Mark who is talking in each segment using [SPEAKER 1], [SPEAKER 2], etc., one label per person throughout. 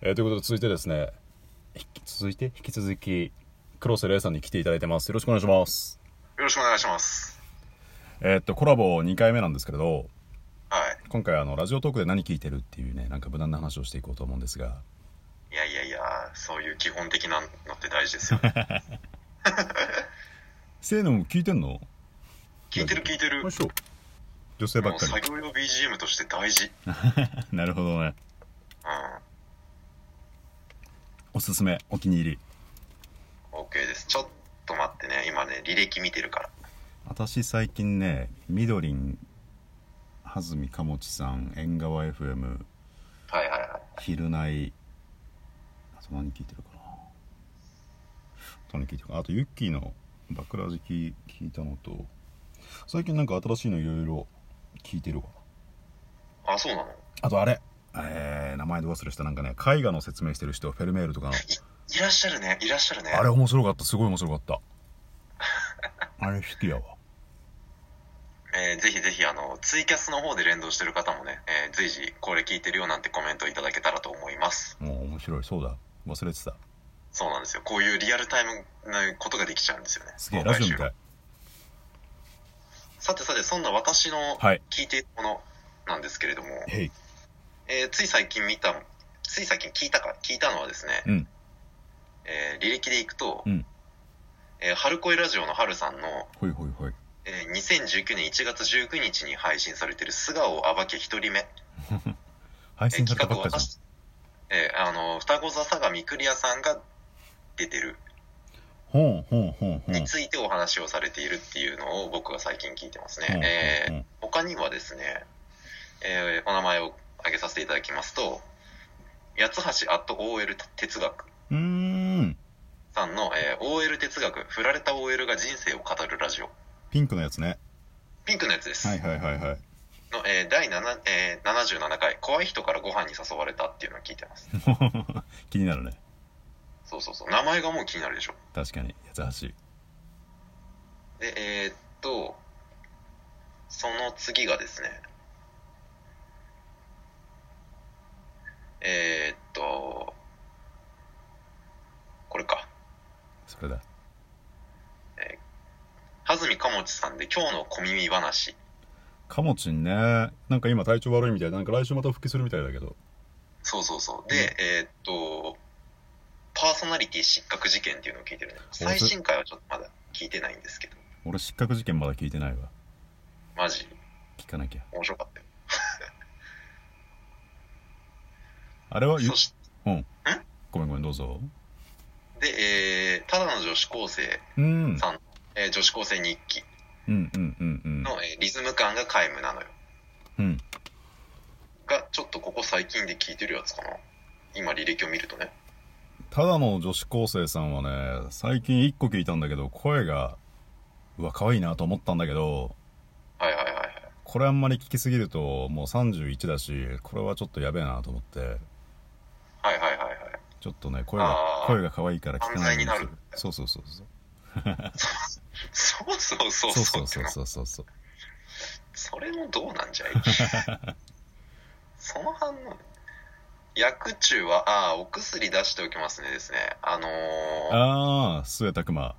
[SPEAKER 1] えーということで続いてですね引き続いて引き続き黒瀬玲さんに来ていただいてますよろしくお願いします
[SPEAKER 2] よろしくお願いします。
[SPEAKER 1] えーっとコラボ2回目なんですけれど
[SPEAKER 2] はい。
[SPEAKER 1] 今回あのラジオトークで何聞いてるっていうねなんか無難な話をしていこうと思うんですが
[SPEAKER 2] いやいやいや、そういう基本的なのって大事で すよ。
[SPEAKER 1] せーのも聞いてんの
[SPEAKER 2] 聞いてる聞いてる。
[SPEAKER 1] よい
[SPEAKER 2] も
[SPEAKER 1] しょ女性ばっ
[SPEAKER 2] う
[SPEAKER 1] か
[SPEAKER 2] 作業用 BGM として大事。うん。
[SPEAKER 1] りなるほどねおすすめお気に入り
[SPEAKER 2] OK です。ちょっと待ってね。今ね、履歴見てるから。
[SPEAKER 1] 私最近ねみどりんはずみかもちさん縁側 FM
[SPEAKER 2] はいはいはい。
[SPEAKER 1] 昼ナイあと何聞いてるかなあと何聞いてるかなあとユッキーのバクラジ聞聞いたのと最近なんか新しいのいろいろ聞いてるわ
[SPEAKER 2] あ、そうなの
[SPEAKER 1] あとあれえー、名前で忘れしたなんかね絵画の説明してる人フェルメールとかの
[SPEAKER 2] いらっしゃるね。いらっしゃるね。
[SPEAKER 1] あれ面白かったすごい面白かったあれ好きやわ
[SPEAKER 2] えーぜひぜひ、あの、ツイキャスの方で連動してる方もね、えー随時、これ聞いてるよなんてコメントいただけたらと思います。
[SPEAKER 1] もう面白いそうだ忘れてた
[SPEAKER 2] そうなんですよ。こういうリアルタイムなことができちゃうんですよね。
[SPEAKER 1] すげえ
[SPEAKER 2] 公
[SPEAKER 1] ラ
[SPEAKER 2] 開
[SPEAKER 1] ジオみ
[SPEAKER 2] 収
[SPEAKER 1] た
[SPEAKER 2] 録
[SPEAKER 1] い
[SPEAKER 2] さてさて、そんな私の
[SPEAKER 1] はい
[SPEAKER 2] 聞いているものなんですけれども、
[SPEAKER 1] へい
[SPEAKER 2] えーつい最近見た、つい最近聞いたか、聞いたのはですね、
[SPEAKER 1] うん
[SPEAKER 2] えー履歴でいくと、
[SPEAKER 1] うん
[SPEAKER 2] えー春恋ラジオの春さんの、
[SPEAKER 1] ほいほいほい
[SPEAKER 2] えー2019年1月19日に配信されてる素顔を暴け一人目、
[SPEAKER 1] 配
[SPEAKER 2] えー
[SPEAKER 1] 信された
[SPEAKER 2] 企
[SPEAKER 1] ば
[SPEAKER 2] 画
[SPEAKER 1] っか
[SPEAKER 2] を
[SPEAKER 1] じゃん
[SPEAKER 2] 私、えーあの、双子座相模クリアさんが出てる、
[SPEAKER 1] ほんほんほんほん
[SPEAKER 2] についてお話をされているっていうのを僕は最近聞いてますね。
[SPEAKER 1] うんうんうん
[SPEAKER 2] えー他にはですね、えーお名前を挙げさせていただきますと、八橋アット OL 哲学
[SPEAKER 1] うーん
[SPEAKER 2] さんの、えー OL 哲学、振られた OL が人生を語るラジオ。
[SPEAKER 1] ピンクのやつね
[SPEAKER 2] ピンクのやつです。
[SPEAKER 1] はいはいはいはい
[SPEAKER 2] の、えー第7、えー77回、怖い人からご飯に誘われたっていうのを聞いてます。
[SPEAKER 1] 気になるね
[SPEAKER 2] そうそうそう。名前がもう気になるでしょ。
[SPEAKER 1] 確かに八橋
[SPEAKER 2] で、えーっと、その次がですね、えーっと、これか。
[SPEAKER 1] それだ
[SPEAKER 2] はずみかもちさんで今日の小耳話。
[SPEAKER 1] かもちんねなんか今体調悪いみたいでなんか来週また復帰するみたいだけど
[SPEAKER 2] そうそうそう。で、えーっと、パーソナリティ失格事件っていうのを聞いてるね。
[SPEAKER 1] そ
[SPEAKER 2] 最新回はちょっとまだ聞いてないんですけど、
[SPEAKER 1] 俺失格事件まだ聞いてないわ
[SPEAKER 2] マジ
[SPEAKER 1] 聞かなきゃ
[SPEAKER 2] 面白かったよ。
[SPEAKER 1] あれはゆ
[SPEAKER 2] そし
[SPEAKER 1] うんごめんごめんどうぞ
[SPEAKER 2] て、えーただの女子高生
[SPEAKER 1] うん
[SPEAKER 2] さん、えー女子高生日記
[SPEAKER 1] うんうんうんうん
[SPEAKER 2] の、えーリズム感が皆無なのよ。
[SPEAKER 1] うん
[SPEAKER 2] がちょっとここ最近で聞いてるやつかな今履歴を見るとね
[SPEAKER 1] ただの女子高生さんはね最近1個聞いたんだけど声がうわ可愛いなと思ったんだけど
[SPEAKER 2] はいはいはいはい
[SPEAKER 1] これあんまり聞きすぎるともう31だしこれはちょっとやべえなと思って
[SPEAKER 2] はいはいはいはい
[SPEAKER 1] ちょっとね声が
[SPEAKER 2] あー
[SPEAKER 1] 声が可愛いから聞かないようにす
[SPEAKER 2] 犯罪
[SPEAKER 1] る
[SPEAKER 2] になる
[SPEAKER 1] そうそうそうそう
[SPEAKER 2] そうそうそう
[SPEAKER 1] そうそううそうそうそう
[SPEAKER 2] そってな
[SPEAKER 1] そう
[SPEAKER 2] それもどうなんじゃい その反応薬中はああお薬出しておきますねですねあのー、
[SPEAKER 1] ああ末拓磨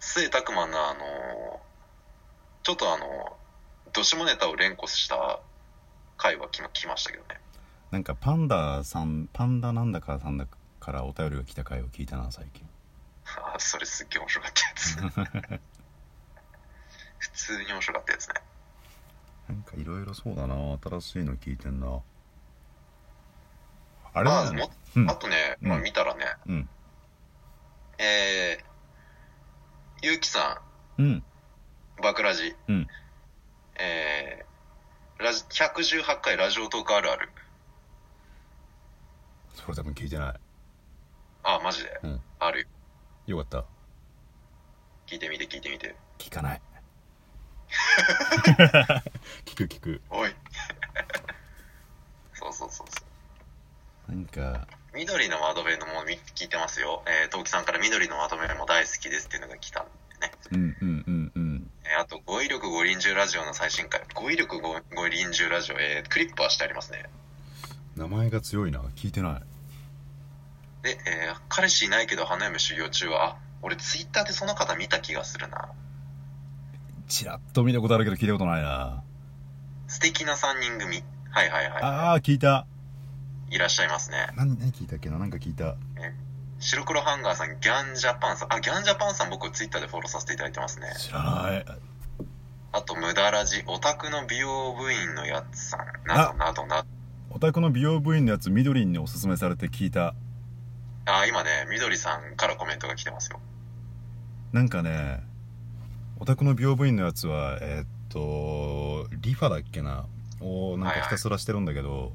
[SPEAKER 2] 末拓磨のあのー、ちょっとあのー、どしもネタを連呼した回はきまきましたけどね
[SPEAKER 1] なんかパンダさんパンダなんだかさんだからお便りが来た回を聞いたな最近
[SPEAKER 2] あーそれすっげえ面白かったやつ 普通に面白かったやつね
[SPEAKER 1] なんかいろいろそうだな新しいの聞いてんなあれ
[SPEAKER 2] ま
[SPEAKER 1] だ
[SPEAKER 2] あ、
[SPEAKER 1] よね
[SPEAKER 2] も
[SPEAKER 1] うん
[SPEAKER 2] あとね、
[SPEAKER 1] うん
[SPEAKER 2] まあ、見たらね、
[SPEAKER 1] うん
[SPEAKER 2] えー、ゆうきさ
[SPEAKER 1] うん
[SPEAKER 2] ん、バクラジ、
[SPEAKER 1] うん
[SPEAKER 2] えー、ラジ、118回ラジオトークあるある。
[SPEAKER 1] それ多分聞いてない
[SPEAKER 2] あ、マジで、
[SPEAKER 1] うん
[SPEAKER 2] あるよ。
[SPEAKER 1] よかった
[SPEAKER 2] 聞いてみて、聞いてみて。
[SPEAKER 1] 聞かない聞く聞く
[SPEAKER 2] おい。 そうそうそうそう。
[SPEAKER 1] なんか
[SPEAKER 2] 緑の窓辺のもみ聞いてますよ。えー、トウキさんから緑の窓辺も大好きですっていうのが来たんでね。
[SPEAKER 1] うんうんうんうん
[SPEAKER 2] えー、あと、語彙力五輪中ラジオの最新回。語彙力五五輪中ラジオ、えー、クリップはしてありますね。
[SPEAKER 1] 名前が強いな聞いてない
[SPEAKER 2] で、えー彼氏いないけど花嫁修行中は、あ、俺ツイッターでその方見た気がするな。
[SPEAKER 1] ちらっと見たことあるけど聞いたことないな
[SPEAKER 2] 素敵な3人組。はいはいは
[SPEAKER 1] ああ聞いた
[SPEAKER 2] い。いらっしゃいますね。
[SPEAKER 1] 何何聞いたっけななんか聞いた
[SPEAKER 2] 白黒ハンガーさん、ギャンジャパンさん。あ、ギャンジャパンさん僕ツイッターでフォローさせていただいてますね。
[SPEAKER 1] 知らない
[SPEAKER 2] あと、無駄ラジ、オタクの美容部員のやつさん。などなどなど。
[SPEAKER 1] お宅の美容部員のやつみどりんにおすすめされて聞いた
[SPEAKER 2] あ、今ね、みどりさんからコメントが来てますよ。
[SPEAKER 1] なんかねお宅の美容部員のやつはえーっとリファだっけなをなんかひたすらしてるんだけど、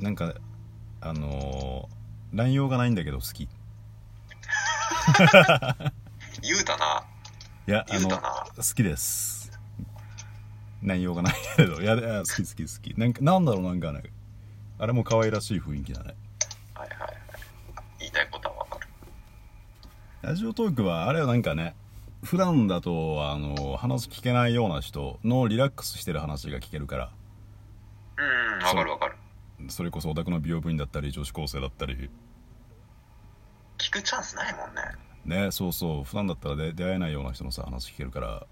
[SPEAKER 1] なんかあのー、乱用がないんだけど好きい
[SPEAKER 2] 言うたな。
[SPEAKER 1] やあ
[SPEAKER 2] 言う
[SPEAKER 1] の
[SPEAKER 2] たな。
[SPEAKER 1] 好きです内容がないけれどいやいや好き好き好きなんかなんだろうなんかねあれも可愛らしい雰囲気だね
[SPEAKER 2] はいはいはい。言いたいことはわかる。
[SPEAKER 1] ラジオトークはあれはなんかね普段だとあの話聞けないような人のリラックスしてる話が聞けるから
[SPEAKER 2] うん、わかるわかる。
[SPEAKER 1] それこそオタクの美容部員だったり女子高生だったり
[SPEAKER 2] 聞くチャンスないもんね。
[SPEAKER 1] ねそうそう普段だったらで出会えないような人のさ話聞けるから
[SPEAKER 2] は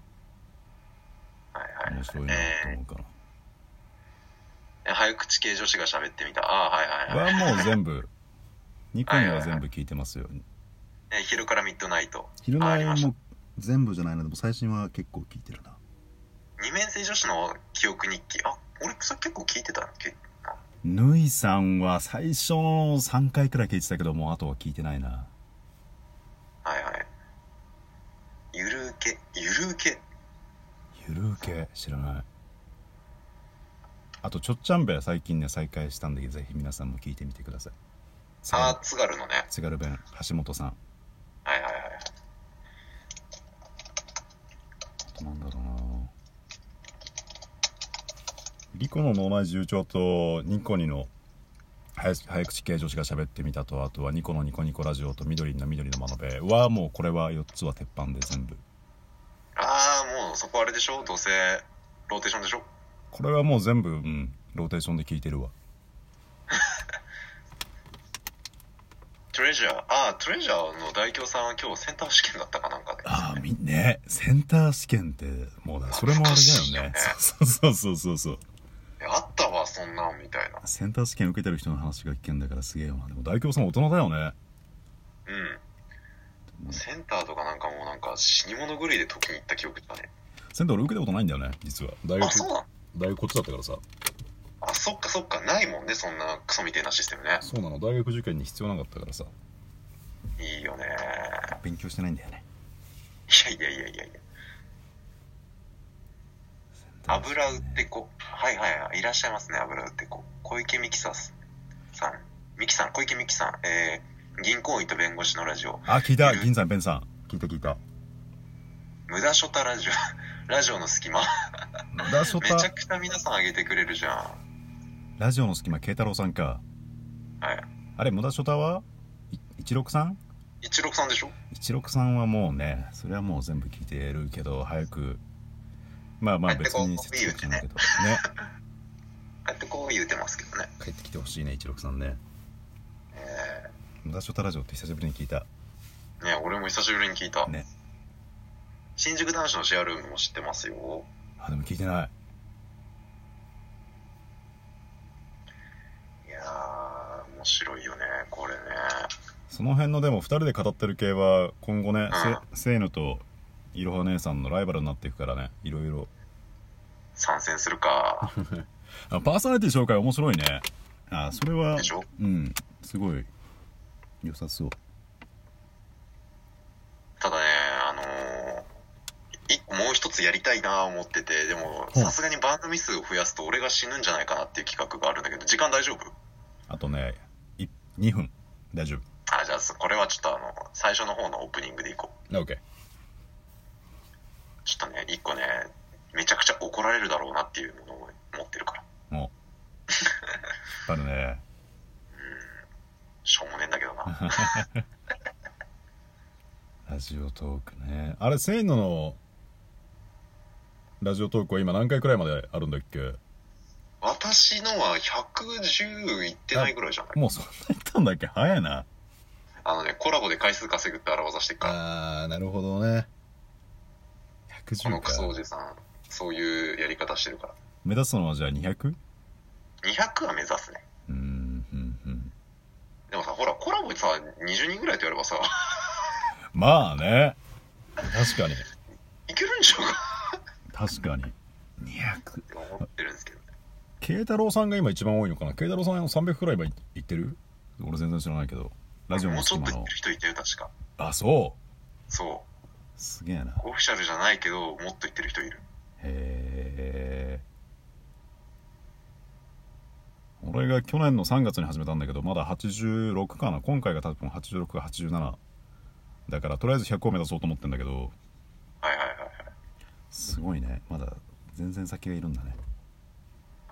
[SPEAKER 2] いはい。
[SPEAKER 1] 面白いなと思うか
[SPEAKER 2] え早口系女子が喋ってみた。ああ、はいはい
[SPEAKER 1] ら
[SPEAKER 2] はい。
[SPEAKER 1] はもう全部ニコには全部聞いてますよ
[SPEAKER 2] えー昼からミッドナイト。
[SPEAKER 1] 昼
[SPEAKER 2] ああり
[SPEAKER 1] 内
[SPEAKER 2] ました
[SPEAKER 1] も全部じゃないのでも最新は結構聞いてるな
[SPEAKER 2] 二面性女子の記憶日記。あ、俺それ結構聞いてたっけな
[SPEAKER 1] ぬいさんは最初の3回くらい聞いてたけどもうあとは聞いてないな
[SPEAKER 2] はいはい。ゆるうけ、ゆるうけ。
[SPEAKER 1] ゆるうけ知らないあとちょっちゃんべ最近ね再開したんでぜひ皆さんも聞いてみてください津
[SPEAKER 2] あ
[SPEAKER 1] 軽
[SPEAKER 2] ー、津軽のね。
[SPEAKER 1] 津軽弁橋本さんあ
[SPEAKER 2] はいはいはい。
[SPEAKER 1] となんだろうなリコの脳内重長とニコニの早早口系女子が喋ってみたとあとはニコのニコニコラジオと緑の緑のまのべはもうこれは4つは鉄板で全部
[SPEAKER 2] ああ、もうそこあれでしょどうせ、ローテーションでしょ
[SPEAKER 1] これはもう全部うんローテーションで聞いてるわ
[SPEAKER 2] トレジャー、ああ、トレジャーの代表さんは今日センター試験だったかなんかで。
[SPEAKER 1] ああみねセンター試験ってもうだそれもあれだよね
[SPEAKER 2] 懐かしいよね
[SPEAKER 1] そうそうそうそうそう
[SPEAKER 2] えあったわ、そんなんみたいな。
[SPEAKER 1] センター試験受けてる人の話が聞けんだからすげえよなでも大京さん大人だよね
[SPEAKER 2] うん。センターとかなんかもうなんか死に物狂いで時に行った記憶だね。
[SPEAKER 1] センター俺受けたことないんだよね実は大
[SPEAKER 2] あ、そう
[SPEAKER 1] 学
[SPEAKER 2] なの
[SPEAKER 1] 大学こっちだったからさ
[SPEAKER 2] あ、そっかそっか、ないもんね、そんなクソみたいなシステムね。
[SPEAKER 1] そうなの大学受験に必要なかったからさ
[SPEAKER 2] いいよね。
[SPEAKER 1] 勉強してないんだよね
[SPEAKER 2] いやいやいやいやいや。油売ってこ。はいはいはい。いらっしゃいますね、油売ってこ。小池美紀さん。さん。美紀さん、小池美紀さん。えー、銀行員と弁護士のラジオ。
[SPEAKER 1] あ聞いた銀さんペンさん聞いた聞いた
[SPEAKER 2] 無駄ショタラジオ。 ラジオの隙間。
[SPEAKER 1] 野田ショ
[SPEAKER 2] めちゃ
[SPEAKER 1] タ
[SPEAKER 2] くちゃ皆さんあげてくれるじゃん。
[SPEAKER 1] ラジオの隙間慶太郎さんか
[SPEAKER 2] はい。
[SPEAKER 1] あれ野田ショタは 163?
[SPEAKER 2] 一六さんでしょ
[SPEAKER 1] 163はもうねそれはもう全部聞いてるけど早くまあまあ
[SPEAKER 2] 帰って
[SPEAKER 1] 別
[SPEAKER 2] こ
[SPEAKER 1] に接続じゃないけどね
[SPEAKER 2] あってこう言うてますけどね。
[SPEAKER 1] 帰ってきてほしいね163ね
[SPEAKER 2] え
[SPEAKER 1] 無駄ショタラジオって久しぶりに聞いた
[SPEAKER 2] ー、ね俺も久しぶりに聞いた。
[SPEAKER 1] ね
[SPEAKER 2] 新宿男子のシェアルームも知ってますよ。
[SPEAKER 1] あでも聞いてない
[SPEAKER 2] いやー、面白いよね、これね。
[SPEAKER 1] その辺のでも2人で語ってる系は今後ねせせーのといろは姉さんのライバルになっていくからねいろいろ
[SPEAKER 2] 参戦するか。
[SPEAKER 1] あパーソナリティ紹介面白いねあそれは
[SPEAKER 2] でしょ
[SPEAKER 1] うんすごい良さそう
[SPEAKER 2] ただね、あのー、一個もう一つやりたいなぁ思ってて、でも、
[SPEAKER 1] うん
[SPEAKER 2] さすがに番組数を増やすと俺が死ぬんじゃないかなっていう企画があるんだけど、時間大丈夫
[SPEAKER 1] あとねい2分大丈
[SPEAKER 2] あ、じゃあ、そこれはちょっとあの、最初の方のオープニングでいこう。
[SPEAKER 1] 夫 OK
[SPEAKER 2] ちょっとね、一個ね、めちゃくちゃ怒られるだろうなっていうものを持ってるから。
[SPEAKER 1] もう引っ張るね
[SPEAKER 2] しょうもねえんだけどな。
[SPEAKER 1] ラジオトークねあれせーののラジオトークは今何回くらいまであるんだっけ
[SPEAKER 2] 私私のは110いってないぐらいじゃない
[SPEAKER 1] もうそんな言ったんだっけ早いな
[SPEAKER 2] あのね、コラボで回数稼ぐって表してっから、
[SPEAKER 1] あーなるほどね
[SPEAKER 2] この
[SPEAKER 1] 110
[SPEAKER 2] クソお
[SPEAKER 1] か
[SPEAKER 2] じさん、そういうやり方してるから。
[SPEAKER 1] 目指すのはじゃあ 200?
[SPEAKER 2] 200は目指すね。
[SPEAKER 1] うーんうんうん
[SPEAKER 2] でもさ、ほら、コラボでさ、20人ぐらいとやればさ、
[SPEAKER 1] まあね確かに
[SPEAKER 2] いけるんちゃうか
[SPEAKER 1] 確かに200
[SPEAKER 2] って思ってるんですけど、
[SPEAKER 1] 慶太郎さんが今一番多いのかな慶太郎さん300くらいはいってる俺全然知らないけどラジオ
[SPEAKER 2] も
[SPEAKER 1] の
[SPEAKER 2] うちょ
[SPEAKER 1] 隙
[SPEAKER 2] っと
[SPEAKER 1] 間
[SPEAKER 2] い
[SPEAKER 1] の
[SPEAKER 2] ってる人いてる、確か。
[SPEAKER 1] あそう
[SPEAKER 2] そ
[SPEAKER 1] すげえな
[SPEAKER 2] う。オフィシャルじゃないけど、もっといってる人いる。
[SPEAKER 1] へえ俺が去年の3月に始めたんだけどまだ86かな今回が多分86か87だからとりあえず100を目指そうと思ってんだけど
[SPEAKER 2] はいはいはいはい。
[SPEAKER 1] すごいねまだ全然先がいるんだね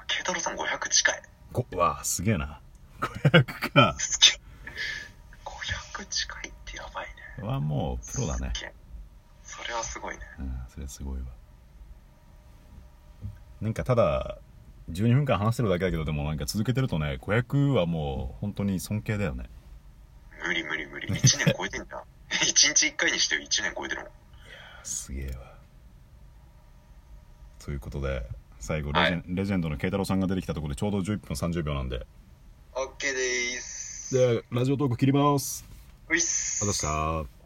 [SPEAKER 2] 慶太郎さん500近い。
[SPEAKER 1] こわあすげえな500か
[SPEAKER 2] すげえ500近いってやばいね。
[SPEAKER 1] はもうプロだね
[SPEAKER 2] すげえそれはすごいね。
[SPEAKER 1] うんそれすごいわなんかただ12分間話してるだけだけどでもなんか続けてるとね500はもう本当に尊敬だよね
[SPEAKER 2] 無理無理無理。1年超えてんじゃん。1日1回にして1年超えてるもん。
[SPEAKER 1] すげえわということで最後レジェン,、
[SPEAKER 2] は
[SPEAKER 1] レジェンドの慶太郎さんが出てきたところでちょうど11分30秒なんで
[SPEAKER 2] OK でーす。
[SPEAKER 1] でラジオトーク切ります
[SPEAKER 2] ういっす。
[SPEAKER 1] ありがとうございました